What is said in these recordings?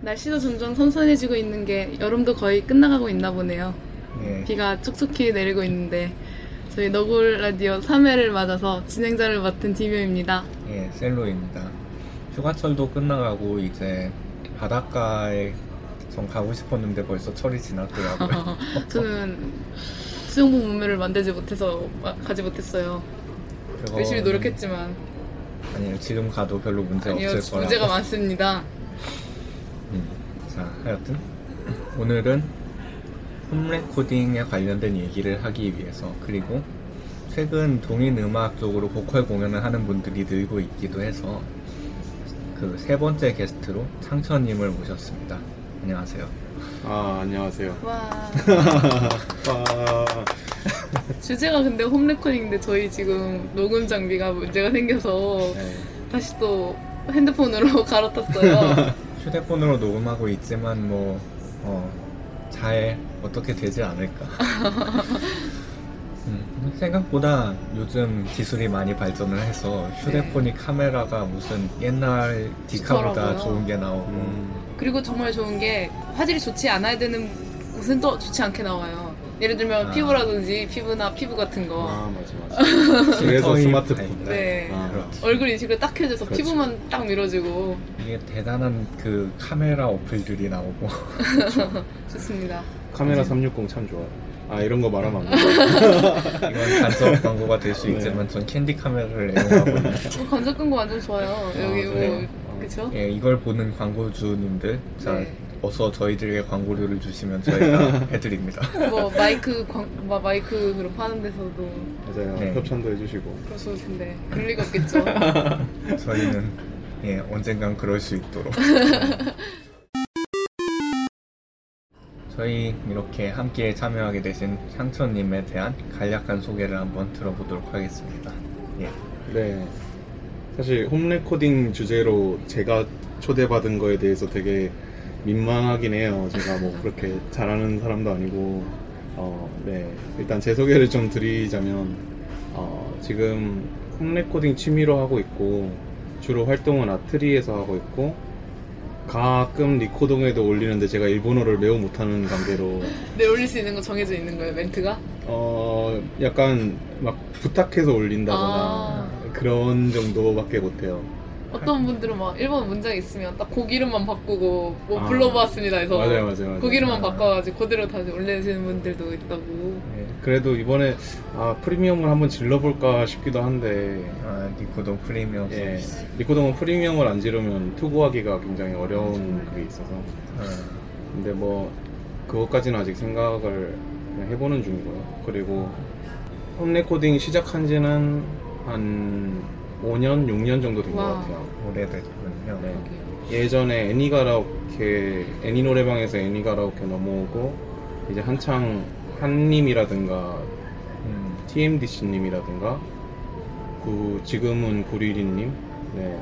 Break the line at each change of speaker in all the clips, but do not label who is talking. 날씨도 점점 선선해지고 있는 게 여름도 거의 끝나가고 있나 보네요.
네.
비가 촉촉히 내리고 있는데 저희 너굴 라디오 3회를 맞아서 진행자를 맡은 디묘입니다.
예, 셀로입니다. 휴가철도 끝나가고 이제 바닷가에 전 가고 싶었는데 벌써 철이 지났더라고요.
저는 수영복 몸매를 만들지 못해서 마- 가지 못했어요.
그거-
열심히 노력했지만
아니요, 지금 가도 별로 문제
아니요
네, 없을 거라고.
문제가 많습니다.
음, 자, 하여튼 오늘은 홈레코딩에 관련된 얘기를 하기 위해서 그리고 최근 동인 음악 쪽으로 보컬 공연을 하는 분들이 늘고 있기도 해서 그 세 번째 게스트로 창천님을 모셨습니다. 안녕하세요.
아 안녕하세요.
와
아,
주제가 근데 홈레코딩인데 저희 지금 녹음 장비가 문제가 생겨서
네.
다시 또 핸드폰으로 갈아탔어요.
휴대폰으로 녹음하고 있지만 뭐, 어, 잘 어떻게 되지 않을까. 음, 생각보다 요즘 기술이 많이 발전을 해서
네.
휴대폰이 카메라가 무슨 옛날 디카보다
좋더라고요.
좋은 게 나오고
음,
그리고 정말 좋은 게 화질이 좋지 않아야 되는 곳은 또 좋지 않게 나와요. 예를 들면
아.
피부라든지 피부나 피부 같은 거.
아 맞아 맞아. 그래서
필터의
스마트폰.
발달.
네.
아,
그렇죠.
얼굴 인식을 딱 해줘서
그렇죠.
피부만 딱 밀어주고
이게 대단한 그 카메라 어플들이 나오고
좋습니다.
카메라 360 참 좋아. 아 이런 거 말하면 안 돼.
이건 간접 광고가 될 수
네.
있지만 전 캔디 카메라를 애용하고 있는
어, 건조 끈거 완전 좋아요. 여기 뭐
그래요?
그쵸?
예, 이걸 보는 광고주님들 자
네.
어서 저희들에게 광고료를 주시면 저희가 해드립니다.
뭐 마이크 광, 뭐 마, 마이크 그런 파는 데서도
맞아요.
네.
협찬도 해주시고.
그러실 텐데 그럴 리가 없겠죠.
저희는 예, 언젠간 그럴 수 있도록. 저희 이렇게 함께 참여하게 되신 향천님에 대한 간략한 소개를 한번 들어보도록 하겠습니다. 예.
네. 사실 홈 레코딩 주제로 제가 초대받은 거에 대해서 되게 민망하긴 해요. 제가 뭐 그렇게 잘하는 사람도 아니고, 어, 네. 일단 제 소개를 좀 드리자면, 어, 지금 홈 레코딩 취미로 하고 있고, 주로 활동은 아트리에서 하고 있고, 가끔 리코동에도 올리는데 제가 일본어를 매우 못하는 관계로
내 네, 올릴 수 있는 거 정해져 있는 거예요 멘트가?
어 약간 막 부탁해서 올린다거나
아.
그런 정도밖에 못해요.
어떤 분들은 막 일본 문장 있으면 딱 곡 이름만 바꾸고 뭐
아.
불러보았습니다 해서
맞아요, 맞아요, 맞아요.
곡 이름만
아.
바꿔가지고 그대로 다시 올려주는 분들도 있다고
네, 그래도 이번에 아 프리미엄을 한번 질러볼까 싶기도 한데
아, 니코도 프리미엄
예,
서비스.
리코동은 프리미엄을 안 지르면 투구하기가 굉장히 어려운 그게 있어서
아,
근데 뭐 그것까지는 아직 생각을 그냥 해보는 중이고요. 그리고 홈 레코딩 시작한 지는 한 5년, 6년 정도 된 것
와.
같아요.
오래됐군요.
네.
이렇게.
예전에 애니 가라오케 애니 노래방에서 애니 가라오케 넘어오고 이제 한창 한님이라든가
음,
TMDC님이라든가 그 지금은 구리리님 네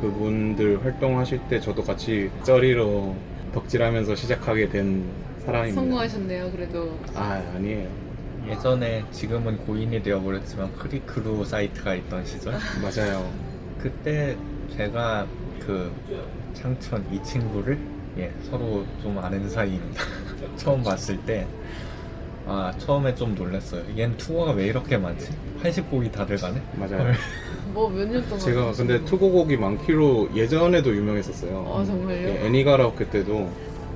그분들 활동하실 때 저도 같이 쩌리로 덕질하면서 시작하게 된 사람입니다.
성공하셨네요 그래도
아 아니에요
예전에 지금은 고인이 되어버렸지만 크리크루 사이트가 있던 시절.
맞아요
그때 제가 그 창천 이 친구를 예, 서로 좀 아는 사이입니다. 처음 봤을 때, 아, 처음에 좀 놀랐어요. 얜 투어가 왜 이렇게 많지? 80곡이 다들 가네?
맞아요
뭐 몇 년 동안
제가
하신
근데
거예요?
투고곡이 많기로 예전에도 유명했었어요.
아 정말요?
예, 애니 가라오케 때도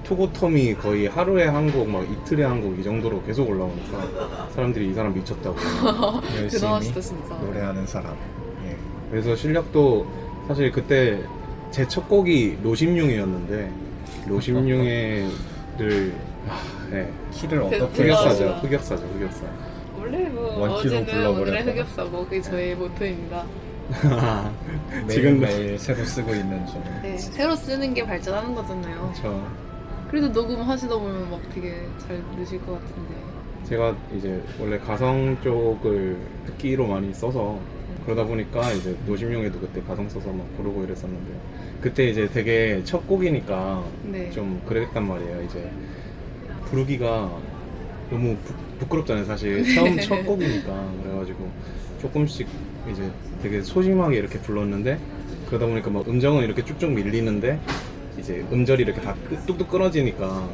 토고텀이 거의 하루에 한 곡, 막 이틀에 한 곡 이 정도로 계속 올라오니까 사람들이 이 사람 미쳤다고.
열심히
대단하시다 진짜.
노래하는 사람. 예.
그래서 실력도 사실 그때 제 첫 곡이 노심융이었는데 노심융의를 아, 네.
키를 어떻게
대단하다.
해서
흑역사죠, 흑역사죠, 흑역사.
원래 뭐
원키로
어제는 오늘의
불러버렸다.
흑역사고 뭐 그게 저의 모토입니다.
지금도- 그
매일매일 새로 쓰고 있는 중.
네, 새로 쓰는 게 발전하는 거잖아요.
그렇죠.
그래도 녹음하시다 보면 막 되게 잘 느실 것 같은데.
제가 이제 원래 가성 쪽을 특기로 많이 써서 그러다 보니까 이제 노심용에도 그때 가성 써서 막 부르고 이랬었는데 그때 이제 되게 첫 곡이니까
네.
좀 그랬단 말이에요. 이제 부르기가 너무 부, 끄럽잖아요 사실 처음 첫 곡이니까 그래가지고 조금씩 이제 되게 소심하게 이렇게 불렀는데 그러다 보니까 막 음정은 이렇게 쭉쭉 밀리는데 이제 음절이 이렇게 다 끄- 뚝뚝 끊어지니까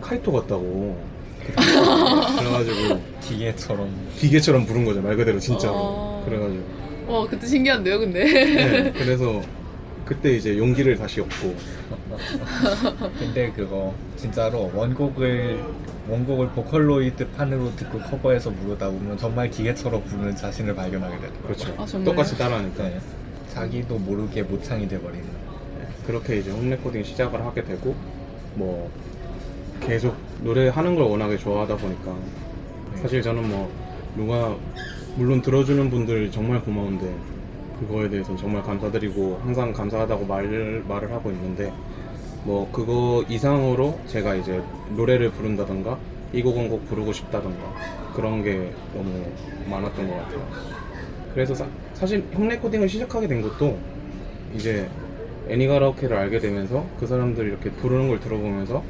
카이토 같다고 그래가지고
기계처럼
기계처럼 부른 거죠 말 그대로 진짜로
어.
그래가지고
와 그때 신기한데요, 근데.
네, 그래서 그때 이제 용기를 다시 얻고
근데 그거 진짜로 원곡을 원곡을 보컬로이드 판으로 듣고 커버해서 부르다 보면 정말 기계처럼 부르는 자신을 발견하게 되더라고요.
그렇죠
아, 정말요?
똑같이 따라하니까
네. 자기도 모르게 모창이 돼버리는.
그렇게 이제 홈레코딩 시작을 하게 되고 뭐 계속 노래하는 걸 워낙에 좋아하다 보니까 사실 저는 뭐 누가 물론 들어주는 분들 정말 고마운데 그거에 대해서는 정말 감사드리고 항상 감사하다고 말을 말을 하고 있는데 뭐 그거 이상으로 제가 이제 노래를 부른다던가 이 곡은 꼭 부르고 싶다던가 그런 게 너무 많았던 것 같아요. 그래서 사, 사실 홈레코딩을 시작하게 된 것도 이제 애니가라오케를 알게 되면서 그 사람들 이렇게 부르는 걸 들어보면서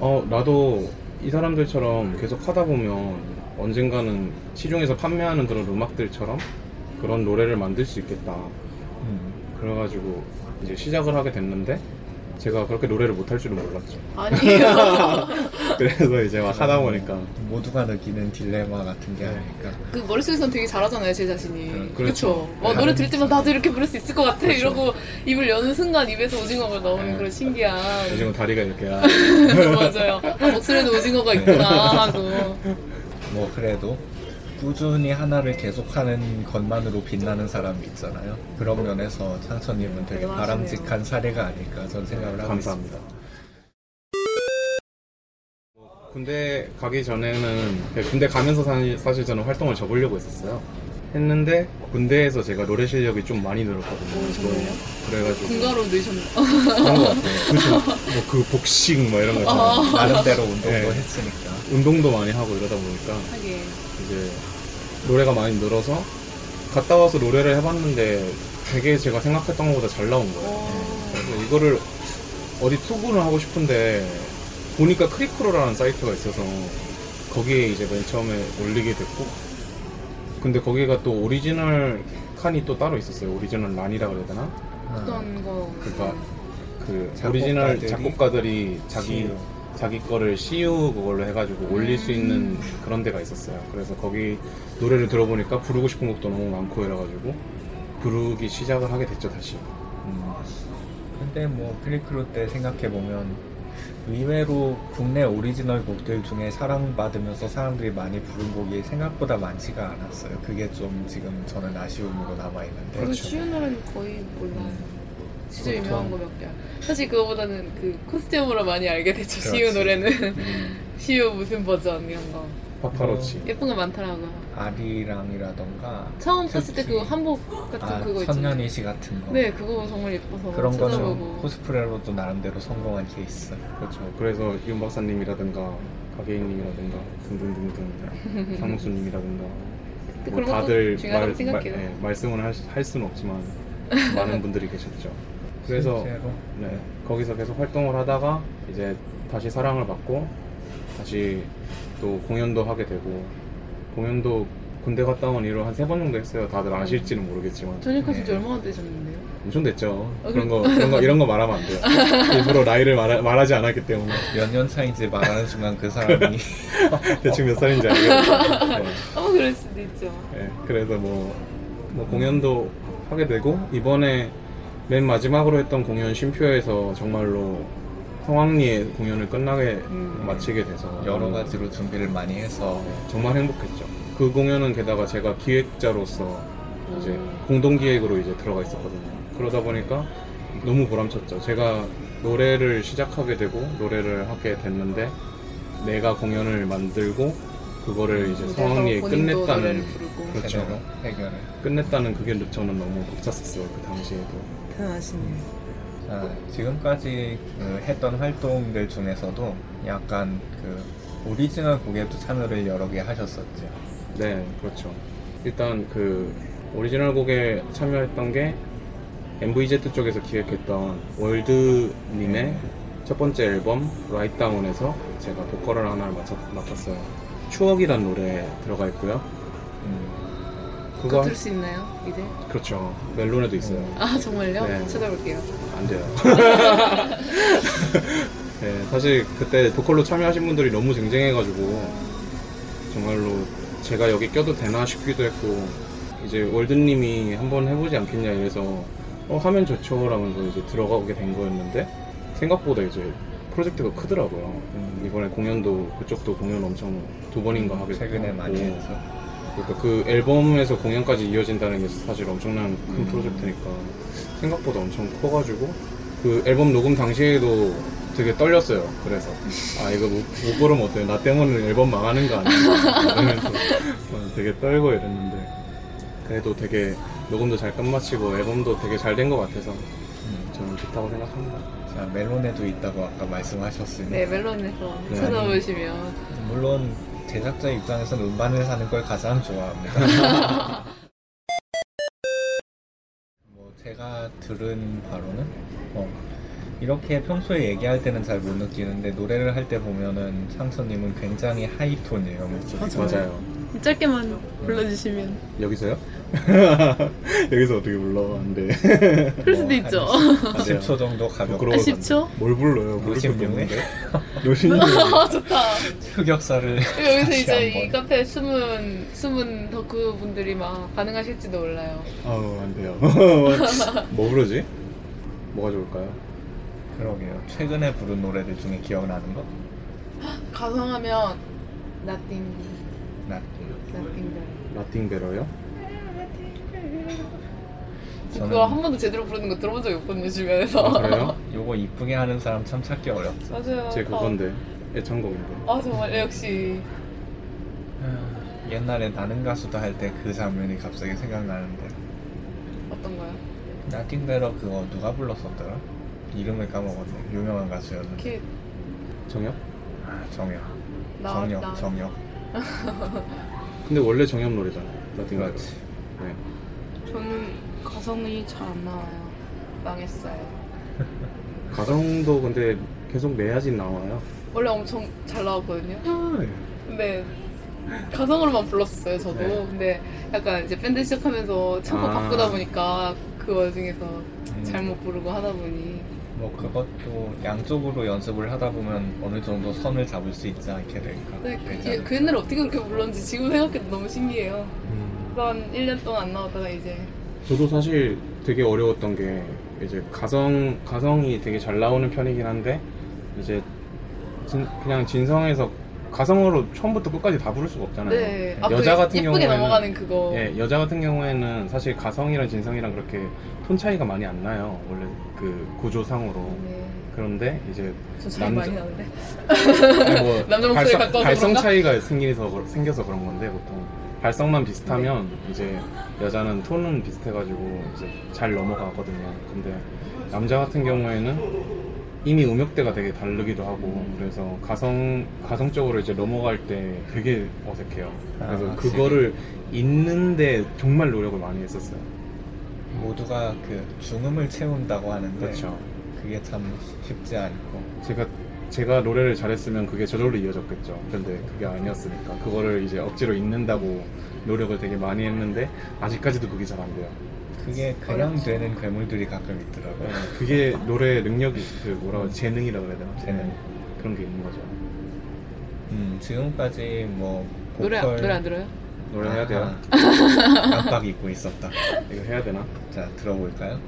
어 나도 이 사람들처럼 계속 하다 보면 언젠가는 시중에서 판매하는 그런 음악들처럼 그런 노래를 만들 수 있겠다
음.
그래가지고 이제 시작을 하게 됐는데 제가 그렇게 노래를 못할 줄은 몰랐죠
아니에요.
그래서 이제 막 하다 보니까
모두가 느끼는 딜레마 같은 게
네.
아닐까.
그 머릿속에선 되게 잘하잖아요, 제 자신이.
네,
그렇죠.
그렇죠.
와,
네.
노래 들을 때마다 나도 이렇게 부를 수 있을 것 같아.
그렇죠.
이러고 입을 여는 순간 입에서 오징어가 나오는
네.
그런 신기한.
요즘 다리가 이렇게 아,
맞아요. 아, 목소리에도 오징어가
네.
있구나 하고.
뭐 그래도 꾸준히 하나를 계속하는 것만으로 빛나는 사람이 있잖아요.
네.
그런 면에서 창천님은 되게
대단하시네요.
바람직한 사례가 아닐까 전 생각을 하고
감사합니다.
있습니다.
군대 가기 전에는 네, 군대 가면서 사- 사실 저는 활동을 접으려고 했었어요. 했는데 군대에서 제가 노래 실력이 좀 많이 늘었거든요.
오, 어, 정말요?
그래가지고
군가로 넣으셨나요?
그런 것 같아요. 그죠? 뭐그 복식 뭐 이런 거 있잖아요.
어.
나름대로 운동도
네.
했으니까.
운동도 많이 하고 이러다 보니까
하긴.
이제 노래가 많이 늘어서 갔다 와서 노래를 해봤는데 되게 제가 생각했던 것보다 잘 나온 거예요. 네.
오.
그래서 이거를 어디 투구를 하고 싶은데 보니까 크리크로라는 사이트가 있어서 거기에 이제 맨 처음에 올리게 됐고 근데 거기가 또 오리지널 칸이 또 따로 있었어요 오리지널 란이라 그래야 되나?
아,
어떤 거.
그렇죠.
그러니까 그
작곡가들이-
오리지널 작곡가들이 자기
CU.
자기 거를 CU 그걸로 해가지고 올릴 수 있는
음.
그런 데가 있었어요 그래서 거기 노래를 들어보니까 부르고 싶은 곡도 너무 많고 이래가지고 부르기 시작을 하게 됐죠 다시
음. 근데 뭐 크리크로 때 생각해 보면 의외로 국내 오리지널 곡들 중에 사랑받으면서 사람들이 많이 부른 곡이 생각보다 많지가 않았어요. 그게 좀 지금 저는 아쉬움으로 남아 있는데.
그리고 쉬운 노래는 거의 몰라요.
음,
진짜
보통.
유명한 거 몇 개. 사실 그거보다는 그 코스튬으로 많이 알게 됐죠. 시우
그렇지.
노래는. 시우 무슨 버전 이런 거.
파파로치
예쁜 거 많더라고요.
아리랑이라던가
처음 봤을 때 그
그치.
한복 같은
아,
그거 있잖아요.
천년이시 같은 거.
네, 그거 정말 예뻐서
그런
찾아보고.
거는 코스프레로도 나름대로 성공한 케이스.
그렇죠. 그래서 윤 박사님이라든가 가게인님이라든가 등등등등 상무수님이라든가
근데
뭐
그런 것도
다들
중요하다고 생각해요.
예, 말씀을 할, 수- 할 수는 없지만 많은 분들이 계셨죠. 그래서
실제로
네, 거기서 계속 활동을 하다가 이제 다시 사랑을 받고 다시 또 공연도 하게 되고 공연도 군대 갔다 온 이후로 한 세 번 정도 했어요. 다들 아실지는 모르겠지만
전역하신 지
네.
얼마나 되셨는데요?
엄청 됐죠.
아,
그런 거 그런 거 이런 거 말하면 안 돼요. 일부러 나이를 말하, 말하지 않았기 때문에.
몇 년 차인지 말하는 순간 그 사람이
대충 몇 살인지 알겠어요. 네,
아마 그럴 수도 있죠.
네. 그래서 뭐, 뭐 공연도 하게 되고 이번에 맨 마지막으로 했던 공연 심표에서 정말로 성황리에 공연을 끝나게
음.
마치게 돼서 음.
여러 가지로 준비를 많이 해서
정말 행복했죠. 그 공연은 게다가 제가 기획자로서 이제
음.
공동 기획으로 이제 들어가 있었거든요. 그러다 보니까 너무 보람찼죠. 제가 노래를 시작하게 되고 노래를 하게 됐는데 내가 공연을 만들고 그거를 이제
무대에서
성황리에
음, 본인도
끝냈다는
노래를 부르고
그렇죠.
제대로 해결을
끝냈다는 그게 저는 너무 벅찼었어요 그 당시에도.
대단하시네요.
자, 지금까지 그 했던 활동들 중에서도 약간 그 오리지널 곡에도 참여를 여러 개 하셨었죠.
네, 그렇죠. 일단 그 오리지널 곡에 참여했던 게 MVZ 쪽에서 기획했던 월드님의 첫 번째 앨범 라이트다운에서 제가 보컬을 하나를 맡았어요 추억이란 노래에 들어가 있고요.
음,
그거
들을 수 있나요? 이제?
그렇죠. 멜론에도 있어요.
아 정말요?
네.
찾아볼게요.
안 돼요. 네, 사실 그때 보컬로 참여하신 분들이 너무 쟁쟁해가지고 정말로 제가 여기 껴도 되나 싶기도 했고 이제 월드님이 한번 해보지 않겠냐 이래서 어 하면 좋죠 라면서 이제 들어가게 된 거였는데 생각보다 이제 프로젝트가 크더라고요.
음,
이번에 공연도 그쪽도 공연 엄청 두 번인가 하게
최근에
됐고.
많이 했죠.
그러니까 그 앨범에서 공연까지 이어진다는 게 사실 엄청난 큰
음.
프로젝트니까 생각보다 엄청 커가지고 그 앨범 녹음 당시에도 되게 떨렸어요. 그래서 아 이거 못, 못 고르면 어때? 나 때문에 앨범 망하는 거 아니야? 이러면서 저는 되게 떨고 이랬는데 그래도 되게 녹음도 잘 끝마치고 앨범도 되게 잘 된 것 같아서
음,
저는 좋다고 생각합니다.
자, 멜론에도 있다고 아까 말씀하셨으니
네 멜론에서
네.
찾아보시면
물론 제작자 입장에서는 음반을 사는 걸 가장 좋아합니다. 뭐 제가 들은 바로는 어, 이렇게 평소에 얘기할 때는 잘 못 느끼는데 노래를 할 때 보면은 상서님은 굉장히 하이톤이에요 목소리가.
맞아요.
짧게만 불러주시면
여기서요? 여기서 어떻게 불러? 안 돼. 어,
그럴 수도 있죠.
한 10초 정도 가볍고
부끄러워.
아 10초?
뭘 불러요? 부를 수도
노신용네?
없는데. 노신용.
아 좋다.
흑역사를
여기서
다시
이제
한번.
이 카페 숨은 숨은 덕후 분들이 막 반응하실지도 몰라요.
아우 안 돼요. 뭐 부르지? 뭐가 좋을까요?
그러게요. 최근에 부른 노래들 중에 기억나는 거?
가성하면 nothing,
나
nothing. girl.
라틴 베러요?
저는-
그거 한 번도 제대로 부르는 거 들어본 적이 없거든요 주변에서.
아, 그래요?
요거 이쁘게 하는 사람 참 찾기 어렵죠.
맞아요.
제 그건데 애창곡인데.
아, 아, 정말 역시 음.
옛날에 나는 가수도 할 때 그 장면이 갑자기 생각나는데
어떤 거요?
나팅베러 그거 누가 불렀었더라? 이름을 까먹었네. 유명한 가수였는데
이렇게
정엽?
아, 정혁,
나
정혁,
나.
정혁.
근데 원래 정엽 노래잖아요. 라틴 베러.
그렇지.
네.
저는 가성이 잘 안 나와요. 망했어요.
가성도 근데 계속 내야지 나와요.
원래 엄청 잘 나왔거든요.
네.
근데 가성으로만 불렀어요 저도.
네.
근데 약간 이제 밴드 시작하면서 창법
아.
바꾸다 보니까 그 와중에서
음,
잘못 부르고 하다 보니
뭐 그것도 양쪽으로 연습을 하다 보면 어느 정도 선을 잡을 수 있지 않게 될까.
근데 그,
괜찮아요.
뒤에- 그 옛날에 어떻게 그렇게 불렀는지 지금 생각해도 너무 신기해요.
음.
그런 1년 동안 안 나오다가 이제
저도 사실 되게 어려웠던 게 이제 가성 가성이 되게 잘 나오는 편이긴 한데 이제 진- 그냥 진성에서 가성으로 처음부터 끝까지 다 부를 수가 없잖아요.
네 앞으로
여자 같은
예쁘게
경우에는-
넘어가는 그거
예, 여자 같은 경우에는 사실 가성이랑 진성이랑 그렇게 톤 차이가 많이 안 나요. 원래 그 구조상으로.
네.
그런데 이제
좀 차이
남자-
많이 나는데
아니, 뭐
남자 목소리 가까워서
발성
그런가?
차이가 생겨서 그- 생겨서 그런 건데 보통 발성만 비슷하면 이제 여자는 톤은 비슷해가지고 이제 잘 넘어가거든요. 근데 남자 같은 경우에는 이미 음역대가 되게 다르기도 하고 그래서 가성 가성적으로 이제 넘어갈 때 되게 어색해요. 그래서
아, 확실히.
그거를 잊는데 정말 노력을 많이 했었어요.
모두가 그 중음을 채운다고
네.
하는데
그렇죠.
그게 참 쉽지 않고
제가 제가 노래를 잘했으면 그게 저절로 이어졌겠죠. 근데 그게 아니었으니까 그거를 이제 억지로 잊는다고 노력을 되게 많이 했는데 아직까지도 그게 잘 안 돼요.
그게 그냥 되는 괴물들이 가끔 있더라고요.
네, 그게 노래의 능력이 그 뭐라 그래 재능이라 그래야 되나?
재능.
그런 게 있는 거죠.
음, 지금까지 뭐
노래
보컬
노래 안 들어요?
노래 해야 돼요.
아하. 깜빡 잊고 있었다.
이거 해야 되나?
자, 들어볼까요?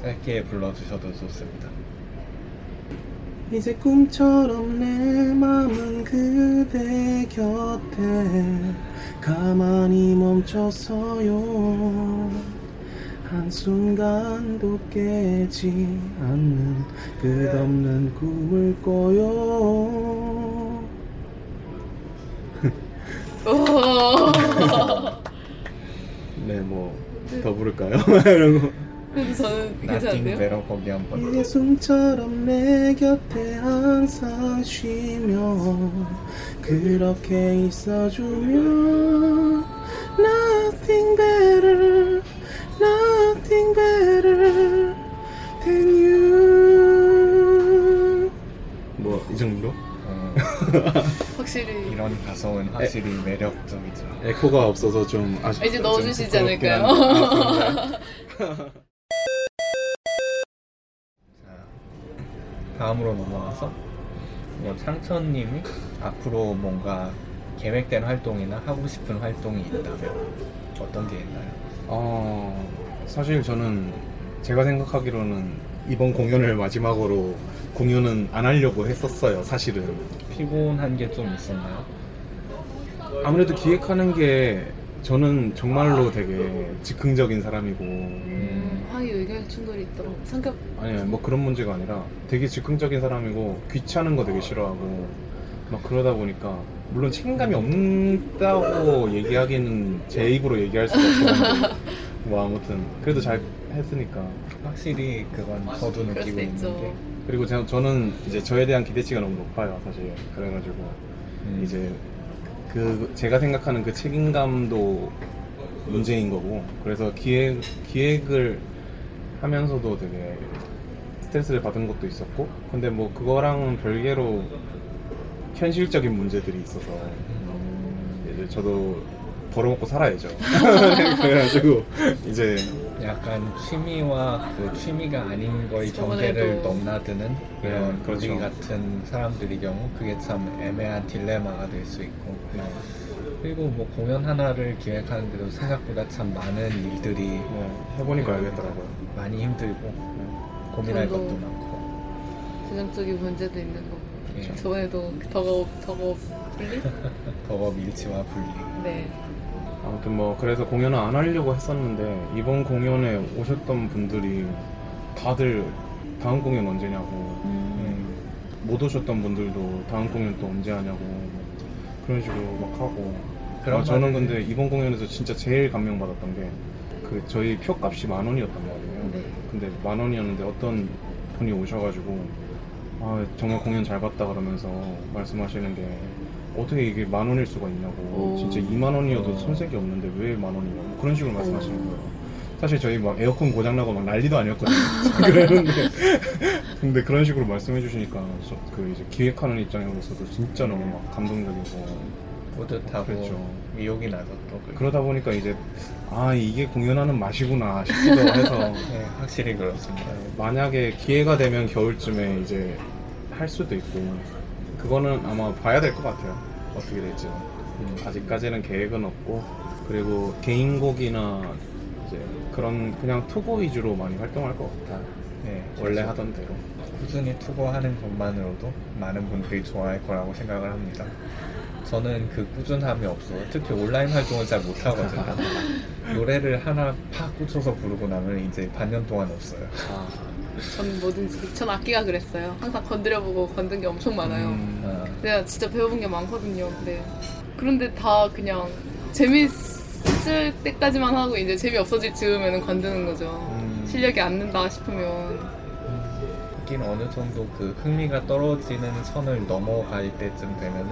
짧게 불러주셔도 좋습니다.
이제 꿈처럼 내 맘은 그대 곁에 가만히 멈춰서요 한순간도 깨지 않는 끝없는 꿈을 꿔요 네 뭐 더 부를까요? 이런 거
근데 저는
나팅
괜찮은데요?
배로 거기 한번
예송처럼 내 곁에 항상 쉬며 그렇게 있어주면 Nothing better, nothing better than you 뭐 이 정도?
어,
확실히
이런 가성은 확실히 매력적이죠.
에코가 없어서 좀 아쉽다
이제 넣어주시지
좀 부끄럽긴
않을까요?
한데. 아,
자, 다음으로 넘어가서 뭐 창천님이 앞으로 뭔가 계획된 활동이나 하고 싶은 활동이 있다면 어떤 게 있나요?
어, 사실 저는 제가 생각하기로는 이번 공연을 마지막으로 공연은 안 하려고 했었어요, 사실은.
피곤한 게 좀 있었나요?
아무래도 기획하는 게 저는 정말로 되게 즉흥적인 사람이고,
음, 항의 의견 충돌이 있도록 성격
아니, 뭐 그런 문제가 아니라 되게 즉흥적인 사람이고, 귀찮은 거 되게 싫어하고, 막 그러다 보니까, 물론 책임감이 없다고 얘기하기는 제 입으로 얘기할 수가 없지만, 뭐 아무튼, 그래도 잘 했으니까.
확실히 그건 저도
그럴 수
느끼고 있는
있죠.
게
그리고 저, 저는 이제 저에 대한 기대치가 너무 높아요, 사실. 그래가지고
음,
이제 그 제가 생각하는 그 책임감도 문제인 거고, 그래서 기획 기획을 하면서도 되게 스트레스를 받은 것도 있었고, 근데 뭐 그거랑은 별개로 현실적인 문제들이 있어서 이제 저도 벌어먹고 살아야죠. 그래가지고 이제
약간 취미와 그 취미가 아닌 거의
저번에도-
경계를 넘나드는 그런
네,
우리
그렇죠.
같은 사람들의 경우 그게 참 애매한 딜레마가 될 수 있고
네,
그리고 뭐 공연 하나를 기획하는데도 생각보다 참 많은 일들이
네, 해보니까 알겠더라고요. 네.
많이 힘들고 고민할
저도-
것도 많고
재정적인 문제도 있는 거.
예,
저번에도 더거 더거 분리?
더워 밀치와 분리
네.
아무튼 뭐 그래서 공연을 안 하려고 했었는데 이번 공연에 오셨던 분들이 다들 다음 공연 언제냐고
음,
못 오셨던 분들도 다음 공연 또 언제 하냐고 그런 식으로 막 하고
그런
아,
말은-
저는 근데 이번 공연에서 진짜 제일 감명받았던 게 그 저희 표값이 만 원이었단 말이에요
네.
근데 만 원이었는데 어떤 분이 오셔가지고 아 정말 공연 잘 봤다 그러면서 말씀하시는 게 어떻게 이게 만 원일 수가
오.
있냐고 진짜 2만 원이어도 손색이 없는데 왜 만 원이냐고 그런 식으로 말씀하시는 거예요 사실 저희 막 에어컨 고장나고 막 난리도 아니었거든요 그랬는데 근데 그런 식으로 말씀해 주시니까 저- 그 이제 기획하는 입장으로서도 진짜 너무 막 감동적이고
뿌듯하고
그렇죠.
미혹이 나서 또 그-
그러다 보니까 이제 아 이게 공연하는 맛이구나 싶기도 해서
예, 확실히 그렇습니다
네. 만약에 기회가 되면 겨울쯤에 이제 할 수도 있고 그거는 아마 봐야 될 것 같아요 어떻게 될지
음,
아직까지는 계획은 없고 그리고 개인곡이나 이제 그런 그냥 투고 위주로 많이 활동할 것 같아요
예,
원래
계속
하던 대로
꾸준히 투고하는 것만으로도 많은 분들이 좋아할 거라고 생각을 합니다 저는 그 꾸준함이 없어요 특히 온라인 활동을 잘 못하거든요 노래를 하나 팍 꽂혀서 부르고 나면 이제 반년 동안 없어요
전 뭐든지 전 악기가 그랬어요. 항상 건드려보고 건든 게 엄청 많아요.
아,
내가 진짜 배워본 게 많거든요. 근데 그런데 다 그냥 재밌을 때까지만 하고 이제 재미 없어질 즈음에는 건드는 거죠.
음.
실력이 안 는다 싶으면
하긴 어느 정도 그 흥미가 떨어지는 선을 넘어갈 때쯤 되면은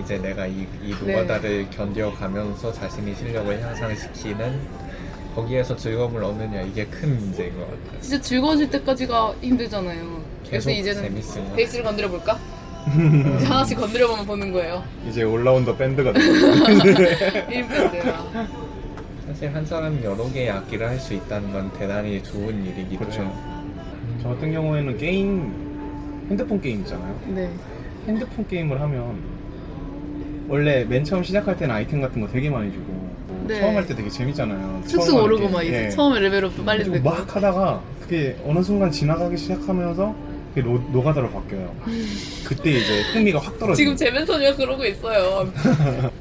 이제 내가 이, 이
네.
노가다를 견뎌가면서 자신의 실력을 향상시키는 거기에서 즐거움을 얻느냐 이게 큰 문제인 것 같아요.
진짜 즐거워질 때까지가 힘들잖아요. 그래서
계속
이제는
재밌으면
베이스를 건드려 볼까? 이제 하나씩 건드려 보면 보는 거예요.
이제 올라온더 밴드가 되고
일밴드라.
사실 한 사람이 여러 개의 악기를 할 수 있다는 건 대단히 좋은 일이기도
그렇죠.
해요.
저 같은 경우에는 게임 핸드폰 게임 있잖아요
네.
핸드폰 게임을 하면 원래 맨 처음 시작할 때는 아이템 같은 거 되게 많이 주고 뭐
네.
처음 할 때 되게 재밌잖아요.
쑥쑥
처음 하는
오르고
게.
막 이제
예.
처음에 레벨업 빨리
그리고
되고
막 하다가 그게 어느 순간 지나가기 시작하면서 그게 그게 노, 노가다로 바뀌어요. 그때 이제 흥미가 확 떨어지고
음. 지금 재민 소녀가 그러고 있어요.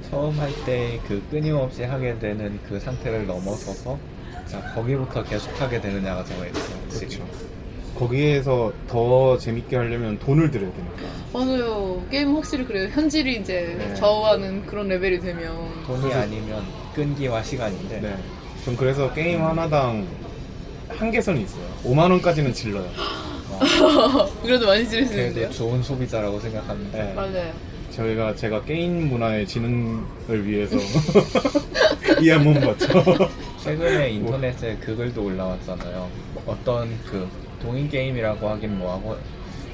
처음 할 때 그 끊임없이 하게 되는 그 상태를 넘어서서 자 거기부터 계속 하게 되느냐가 정해져요. 지금.
그렇죠. 거기에서 더 재밌게 하려면 돈을 들여야 되니까.
맞아요. 게임 확실히 그래요. 현질이 이제
네.
좌우하는 그런 레벨이 되면
돈이 아니면 끈기와 시간인데
네. 전 그래서 게임 하나당 한계선이 있어요. 5만 원까지는 질러요.
그래도 많이
그래도
지르시는데요.
좋은 소비자라고 생각합니다.
네.
맞아요.
저희가 제가 게임 문화의 진흥을 위해서 이 한 몸 받죠.
최근에
뭐.
인터넷에 그 글도 올라왔잖아요. 어떤 그 동인 게임이라고 하긴 뭐하고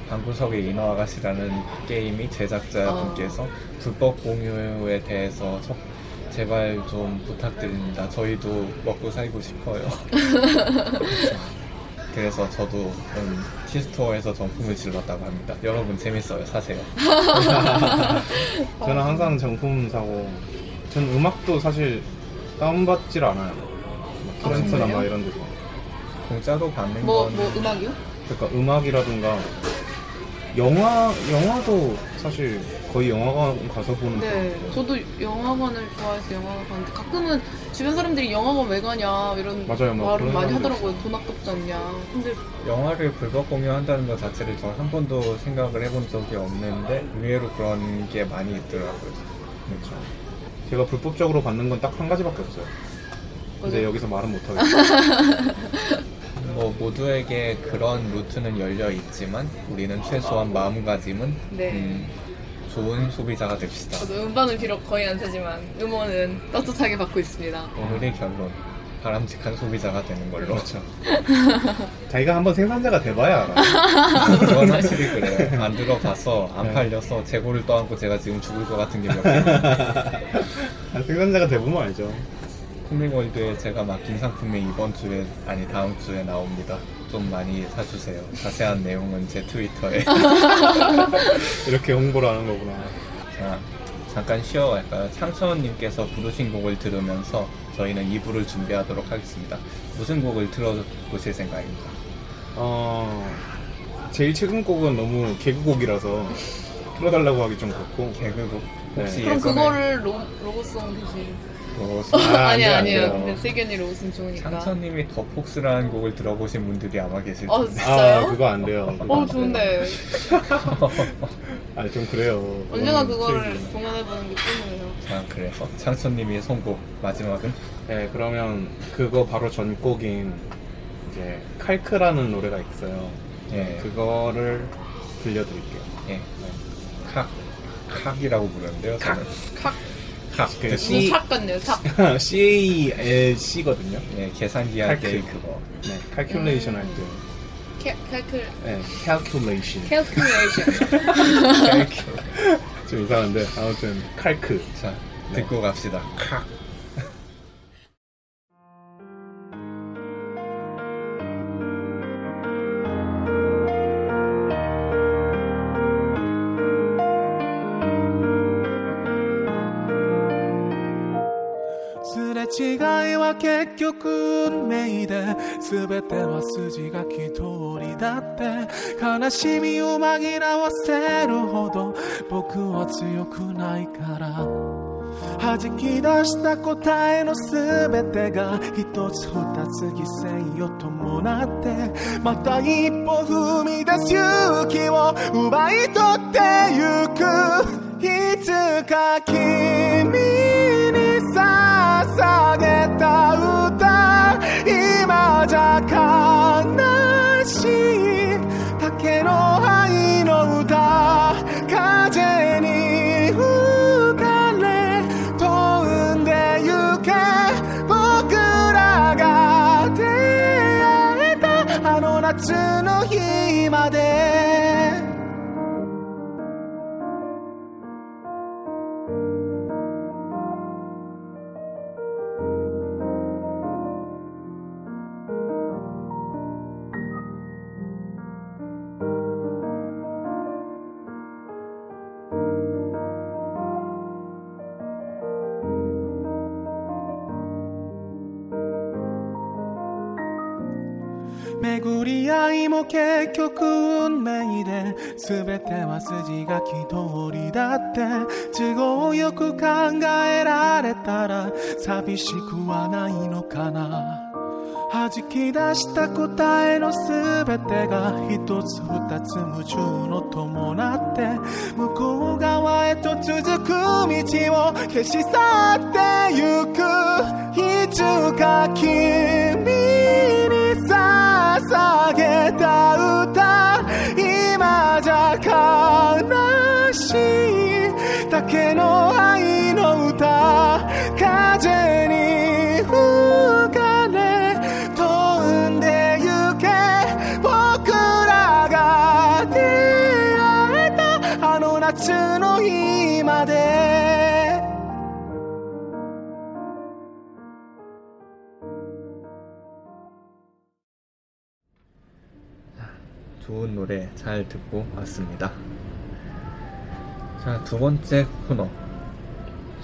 방구석의 인어 아가씨라는 게임이
어.
제작자분께서 불법 공유에 대해서 저- 제발 좀 부탁드립니다. 저희도 먹고 살고 싶어요. 그래서 저도 음, 티스토어에서 정품을 질렀다고 합니다. 여러분 재밌어요. 사세요.
저는 항상 정품 사고 전 음악도 사실 다운받질 않아요. 막
아,
트렌트나
정말요?
막 이런 데서.
공짜로 받는
뭐 뭐
건
음악이요?
그러니까 음악이라든가 영화 영화도 사실 거의 영화관 가서 보는
네.
편이고요.
저도 영화관을 좋아해서 영화관 가는데 가끔은 주변 사람들이 영화관 왜 가냐 이런
맞아요, 막
말을 많이
그런 사람들
하더라고요. 돈 아깝지 않냐. 근데
영화를 불법 공유한다는 것 자체를 전 한 번도 생각을 해본 적이 없는데 의외로 그런 게 많이 있더라고요.
그렇죠. 제가 불법적으로 받는 건 딱 한 가지밖에 없어요. 근데
맞아요.
여기서 말은 못 하겠어요.
뭐 모두에게 그런 루트는 열려 있지만 우리는 최소한 마음가짐은
네.
음, 좋은 소비자가 됩시다.
저도 음반은 비록 거의 안 사지만 음원은 떳떳하게 받고 있습니다.
오늘의 결론 바람직한 소비자가 되는 걸로.
그렇죠. 자기가 한번 생산자가 돼봐야 알아요.
그건 확실히 그래요. 안 들어가서 안
네.
팔려서 재고를 떠안고 제가 지금 죽을 것 같은 게 몇 개.
아, 생산자가 돼보면 알죠.
코믹월드에 제가 맡긴 상품이 이번 주에 아니 다음 주에 나옵니다. 좀 많이 사주세요. 자세한 내용은 제 트위터에.
이렇게 홍보를 하는 거구나.
자, 잠깐 쉬어갈까요? 창서원님께서 부르신 곡을 들으면서 저희는 2부를 준비하도록 하겠습니다. 무슨 곡을 들어보실 생각입니까?
어, 제일 최근 곡은 너무 개그곡이라서 틀어달라고 하기 좀 그렇고.
개그곡? 혹시
그럼
네.
예전에
그거를 로, 로고송 대신
들어봤어요?
아,
아니
안 돼요,
아니에요.
안 돼요.
근데 세견이 로고송 좋으니까.
창서님이 더 폭스라는 곡을 들어보신 분들이 아마 계실
아
텐데
아,
진짜요?
그거 안 돼요. 그거 안
어
돼요.
좋은데
아, 좀 그래요.
언제나
그거는
그거를
트랙이구나.
동원해보는 게 꿈이에요.
자 아, 그래서 창서님이 선곡 마지막은
네, 그러면 그거 바로 전곡인 이제 칼크라는 노래가 있어요.
예,
네,
네.
그,
그거를 들려드릴게요.
예. 칵 칵이라고 부르는데요 저는
칵.
칵
그
듣고,
시-
무슨 삭 같네요. 삭.
C A L C거든요.
예, 계산기 할때
칵.
그거
네, calculation 할 때.
캐- 칼클
네, calculation.
캘큘레이션.
좀 이상한데 아무튼 칼크.
자
네.
듣고 갑시다 칵
すれ違いは結局運命で全ては筋書き通りだって悲しみを紛らわせるほど僕は強くないから弾き出した答えの全てが一つ二つ犠牲を伴ってまた一歩踏み出す勇気を奪い取ってゆくいつか君に捧げた歌今じゃ悲しいだけの愛の歌風に吹かれ飛んでゆけ僕らが出会えたあの夏の日まで巡り合いも結局運命で全ては筋書き通りだって都合よく考えられたら寂しくはないのかな弾き出した答えの全てが一つ二つ夢中の伴って向こう側へと続く道を消し去ってゆくいつか君に捧げた歌今じゃ悲しいだけの愛の歌風に吹かれ飛んでゆけ僕らが出会えたあの夏の日まで
좋은 노래 잘 듣고 왔습니다. 자, 두 번째 코너.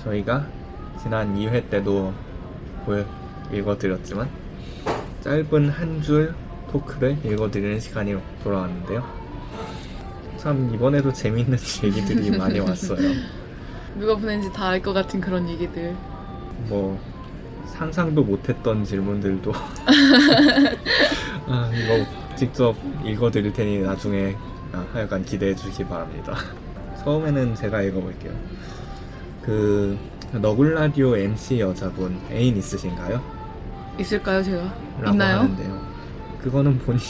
저희가 지난 2회 때도 보여 읽어드렸지만, 짧은 한 줄 토크를 읽어드리는 시간이 돌아왔는데요. 참, 이번에도 재밌는 얘기들이 많이 왔어요.
누가 보낸지 다 알 것 같은 그런 얘기들.
뭐 상상도 못했던 질문들도 아, 이거 직접 읽어드릴 테니 나중에 아, 하여간 기대해 주시기 바랍니다. 처음에는 제가 읽어볼게요. 그 너굴라디오 MC 여자분 애인 있으신가요?
있을까요, 제가?
라고
있나요?
하는데요. 그거는 본인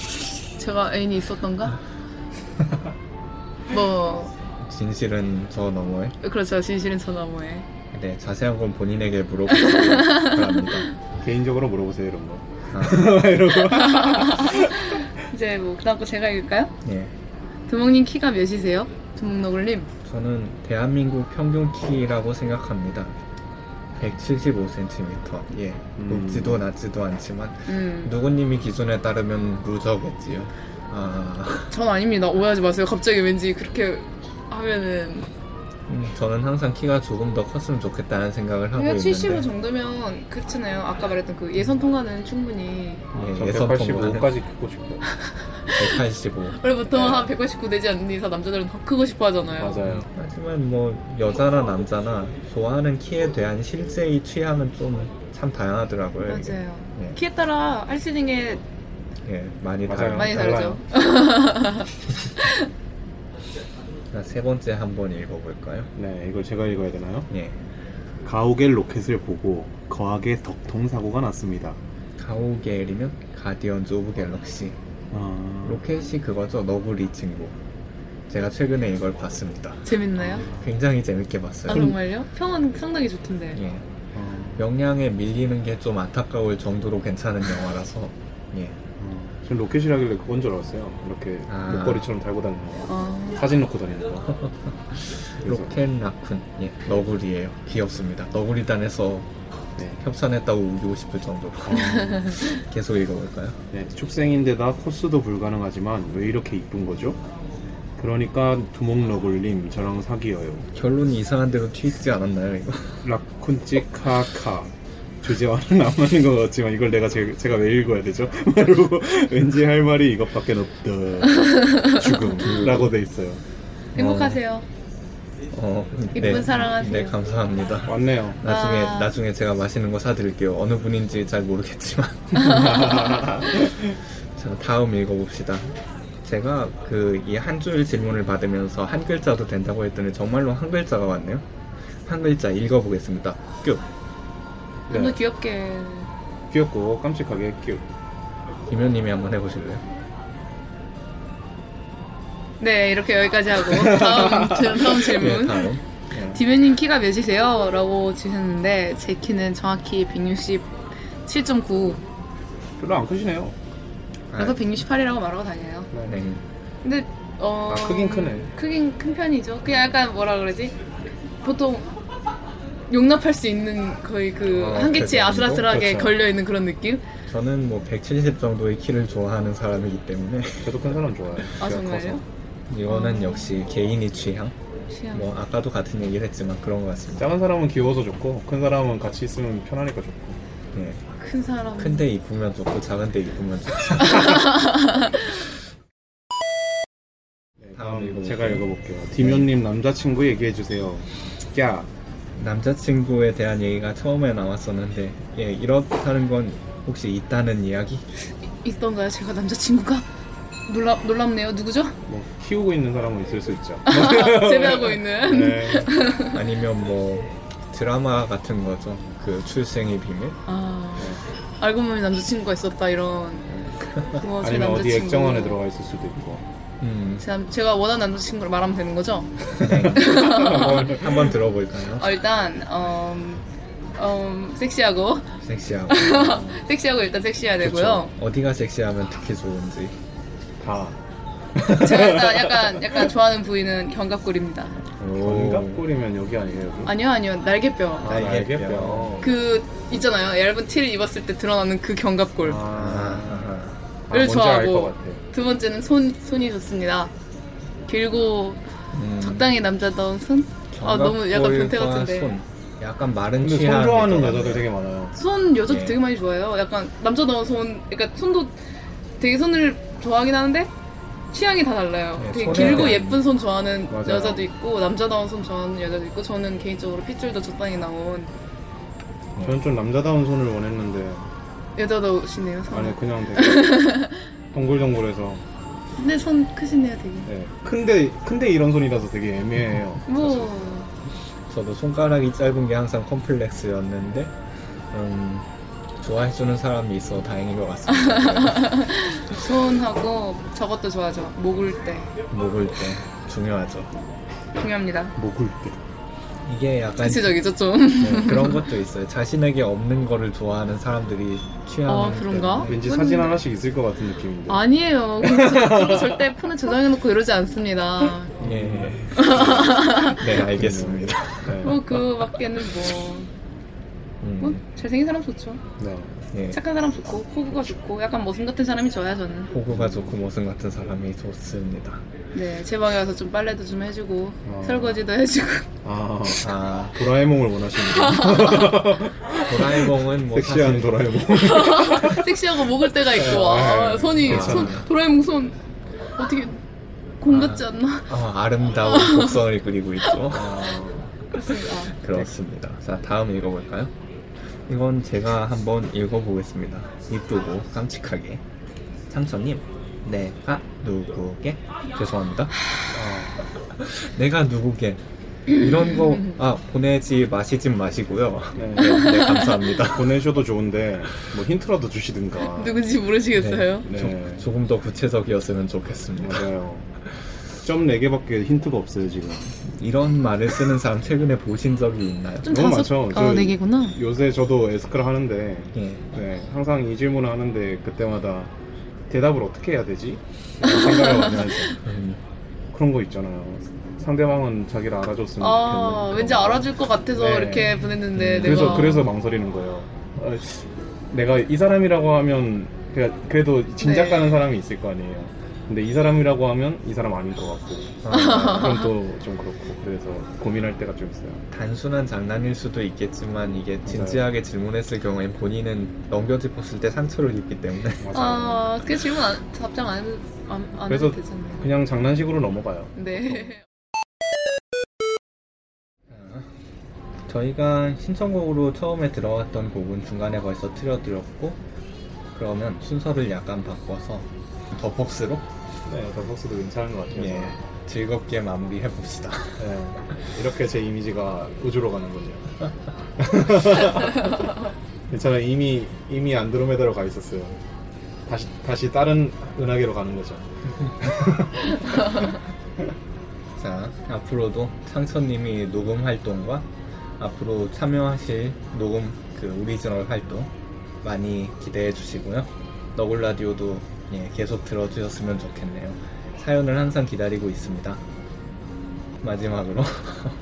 제가 애인이 있었던가? 뭐,
진실은 저 너머에
그렇죠. 진실은 저 너머에.
네 자세한 건 본인에게 물어보시기 바랍니다.
개인적으로 물어보세요 이런 거.
아,
이제 뭐, 그 다음 거 제가 읽을까요?
예.
두목님 키가 몇이세요? 두목너굴님?
저는 대한민국 평균 키라고 생각합니다. 175cm. 예.
음.
높지도 낮지도 않지만
음,
누구님이 기준에 따르면 루저겠지요. 아,
전 아닙니다. 오해하지 마세요. 갑자기 왠지 그렇게 하면은.
음, 저는 항상 키가 조금 더 컸으면 좋겠다는 생각을 하고
그냥 75
있는데
정도면 그렇잖아요. 아까 말했던 그 예선 통과는 충분히.
예,
저
예선 통과는
185까지 듣고 싶어요.
185.
원래
네.
보통 한 189 되지 않는 이상 남자들은 더 크고 싶어 하잖아요.
맞아요.
하지만 뭐 여자나 남자나 좋아하는 키에 대한 실제의 취향은 좀 참 다양하더라고요. 이게.
맞아요.
예,
키에 따라 할 수 있는 게
예, 많이
맞아요.
다양.
많이
달라요.
다르죠.
세 번째 한번 읽어볼까요?
네, 이걸 제가 읽어야 되나요?
예.
가오갤 로켓을 보고 거하게 덕통 사고가 났습니다.
가오갤이면 가디언즈 오브 갤럭시
아,
로켓이 그거죠 너구리 친구 제가 최근에 이걸 봤습니다
재밌나요?
네. 굉장히 재밌게
아,
봤어요
정말요? 평은 상당히 좋던데.
예.
어,
영향에 밀리는 게 좀 안타까울 정도로 괜찮은 영화라서 예.
어, 전 로켓이라길래 그건 줄 알았어요. 이렇게
아.
목걸이처럼 달고 다니는 거.
아,
사진 넣고 다니는 거. 그래서,
로켓 라쿤 예. 너구리예요 귀엽습니다 너구리단에서
네.
협찬했다고 우기고 싶을 정도로 계속 읽어볼까요?
네, 축생인데다 코스도 불가능하지만 왜 이렇게 이쁜 거죠? 그러니까 두목너굴님 저랑 사귀어요.
결론이 이상한데도 튀지 않았나요 이거?
라쿤찌 카카 주제와는 안 맞는 것 같지만 이걸 내가 제, 가왜 읽어야 되죠? 이러고 왠지 할 말이 이것밖에 없다. 죽음라고 돼 있어요.
행복하세요.
네. 어,
이쁜 사랑하세요.
네 감사합니다
왔네요.
나중에
아.
나중에 제가 맛있는 거 사드릴게요. 어느 분인지 잘 모르겠지만. 자 다음 읽어봅시다. 제가 그 이 한 줄 질문을 받으면서 한 글자도 된다고 했더니 정말로 한 글자가 왔네요. 한 글자 읽어보겠습니다. 끝.
좀 더
네,
귀엽게.
귀엽고 깜찍하게 귀엽.
김현님이 한번 해보실래요?
네, 이렇게 여기까지 하고. 다음, 다음
네,
질문.
다음.
디메님 키가 몇이세요? 라고 주셨는데, 제 키는 정확히 167.9.
별로 안 크시네요.
그래서 168이라고 말하고 다녀요.
아, 네.
근데, 어.
아 크긴 크네.
크긴 큰 편이죠. 그냥 약간 뭐라 그러지? 보통 용납할 수 있는 거의 그
어,
한계치에
그 정도?
아슬아슬하게
그렇죠.
걸려있는 그런 느낌?
저는 뭐 170 정도의 키를 좋아하는 사람이기 때문에
저도 큰 사람 좋아해요.
아,
그렇죠.
키가
정말요?
커서.
이거는 역시 개인의 취향.
시향.
뭐 아까도 같은 얘기를 했지만 그런 것 같습니다.
작은 사람은 귀여워서 좋고 큰 사람은 같이 있으면 편하니까 좋고.
네.
큰 사람.
큰데 이쁘면 좋고 작은데 이쁘면 좋지. 네,
다음
읽어볼게요.
제가 읽어볼게요. 디면님 남자친구 얘기해주세요. 야,
네.
남자친구에 대한 얘기가 처음에 나왔었는데 예 이렇다는 건 혹시 있다는 이야기?
있던가요? 제가 남자친구가? 놀라, 놀랍네요. 누구죠?
뭐 키우고 있는 사람은 있을 수 있죠.
재배하고 있는.
네.
아니면 뭐 드라마 같은 거죠. 그 출생의 비밀?
아, 알고 보니 남자친구가 있었다, 이런. 뭐, 제
아니면 어디
남자친구.
액정원에 들어가 있을 수도 있고.
음.
제 남- 제가 원하는 남자친구를 말하면 되는 거죠?
한번, 한번 들어볼까요?
어, 일단, 음, 음, 섹시하고,
섹시하고.
섹시하고 일단 섹시해야 네, 되고요.
그쵸? 어디가 섹시하면 특히 좋은지.
다.
제가 일단 약간, 약간 좋아하는 부위는 견갑골입니다.
견갑골이면 여기 아니에요.
아니요, 아니요, 날개뼈.
아,
날개뼈.
날개뼈.
그, 있잖아요. 얇은 티를 입었을 때 드러나는 그 견갑골.
아,
를
아, 뭔지 알
좋아하고.
것 같아.
두 번째는 손, 손이 좋습니다. 길고,
음,
적당히 남자다운 손? 아, 너무 약간 변태
견갑골과
같은데.
손. 약간 마른
근데 손
취향일
좋아하는
것
여자들
같네요.
되게 많아요.
손 여자도
예.
되게 많이 좋아해요. 약간 남자다운 손, 그러니까 손도 되게 손을 좋아하긴 하는데 취향이 다 달라요.
예,
되게
손에
길고
대한-
예쁜 손 좋아하는
맞아요.
여자도 있고 남자다운 손 좋아하는 여자도 있고 저는 개인적으로 핏줄도 적당히 나온
네.
저는 좀 남자다운 손을 원했는데
여자다우시네요. 손.
아니 그냥 되게 동글동글해서
근데 손 크시네요, 되게.
네. 큰데 큰데 이런 손이라서 되게 애매해요.
뭐
저도 손가락이 짧은 게 항상 컴플렉스였는데 음, 좋아해주는 사람이 있어 다행인 것 같습니다.
손하고 저것도 좋아하죠. 목을 때
먹을 때 중요하죠.
중요합니다.
목을 때.
이게 약간
구체적이죠, 좀.
네, 그런 것도 있어요. 자신에게 없는 거를 좋아하는 사람들이 취향.
아, 그런가?
때문에.
왠지
손이-
사진 하나씩 있을 것 같은 느낌인데.
아니에요. 그런 거- 그런 거 절대 폰에 저장해놓고 이러지 않습니다.
예. 네 알겠습니다.
네.
뭐 그밖에는 뭐. 뭐
음,
잘생긴 사람 좋죠.
네.
예.
착한 사람 좋고 호구가 좋고 약간 머슴 같은 사람이 좋아요 저는.
호구가 좋고 모순 같은 사람이 좋습니다.
네, 제 방에 와서 좀 빨래도 좀 해주고
어.
설거지도 해주고
아
아
도라에몽을 원하시는
도라에몽은 뭐
섹시한
사실
도라에몽.
섹시하고 먹을 때가 있고 와,
네.
손이 손
괜찮아요.
도라에몽 손 어떻게 공
네.
같지 않나?
어, 아름다운 곡선을 그리고 있죠.
아, 그렇습니다.
그렇습니다. 자, 다음 읽어볼까요? 이건 제가 한번 읽어보겠습니다. 이쁘고 깜찍하게. 상처님, 내가 누구게? 죄송합니다.
아.
내가 누구게? 이런 거, 아, 보내지 마시진 마시고요.
네.
네, 감사합니다.
보내셔도 좋은데 뭐 힌트라도 주시든가.
누군지 모르시겠어요?
네.
조, 조금 더 구체적이었으면 좋겠습니다.
맞아요. 점 4개밖에 힌트가 없어요 지금.
이런 말을 쓰는 사람 최근에 보신 적이 있나요?
좀
너무
다섯
많죠.
아,
저희- 음,
네 개구나.
요새 저도 에스크를 하는데
예.
네, 항상 이 질문을 하는데 그때마다 대답을 어떻게 해야 되지? 이런 생각을 많이 하죠.
음,
그런 거 있잖아요. 상대방은 자기를 알아줬으면 좋겠는
아,
그런
왠지
거.
알아줄 것 같아서
네.
이렇게 보냈는데
음,
내가
그래서 그래서 망설이는 거예요. 아, 내가 이 사람이라고 하면 그냥 그래도 진작
네.
가는 사람이 있을 거 아니에요. 근데 이 사람이라고 하면 이 사람 아닌 것 같고
아,
그럼 또 좀 그렇고 그래서 고민할 때가 좀 있어요.
아,
단순한 장난일 수도 있겠지만 이게 진지하게 질문했을 경우엔 본인은 넘겨짚었을 때 상처를 입기 때문에
맞아요.
아, 그 질문 안, 답장 안 해도 안, 안
그래서
해도 되잖아요.
그냥 장난식으로 넘어가요.
네.
저희가 신청곡으로 처음에 들어갔던 곡은 중간에 벌써 틀어드렸고 그러면 순서를 약간 바꿔서 더 폭스로
네, 더벅스도 괜찮은 것 같아요.
예, 즐겁게 마무리해 봅시다.
네, 이렇게 제 이미지가 우주로 가는 거죠. 괜찮아 이미 이미 안드로메다로 가 있었어요. 다시 다시 다른 은하계로 가는 거죠.
자 앞으로도 상처님이 녹음 활동과 앞으로 참여하실 녹음 그 오리지널 활동 많이 기대해 주시고요. 너굴 라디오도 예, 계속 들어주셨으면 좋겠네요. 사연을 항상 기다리고 있습니다. 마지막으로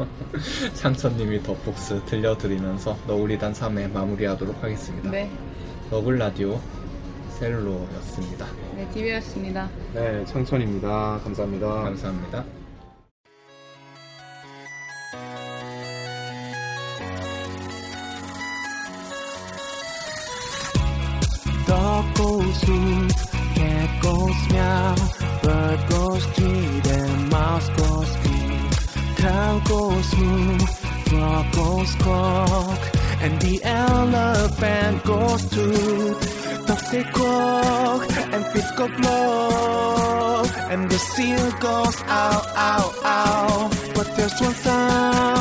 상처님이 덧복스 들려드리면서 너구리단 3회 마무리하도록 하겠습니다.
네.
너굴 라디오 셀로였습니다.
네, 디비였습니다.
네, 창천입니다. 감사합니다.
감사합니다.
The pursuit cat goes meow, bird goes tweet, and mouse goes squeak. Cow goes moo, frog goes squawk, and the elephant goes toot. Toxicock and fish go blow, and the seal goes ow, ow, ow. But there's one sound.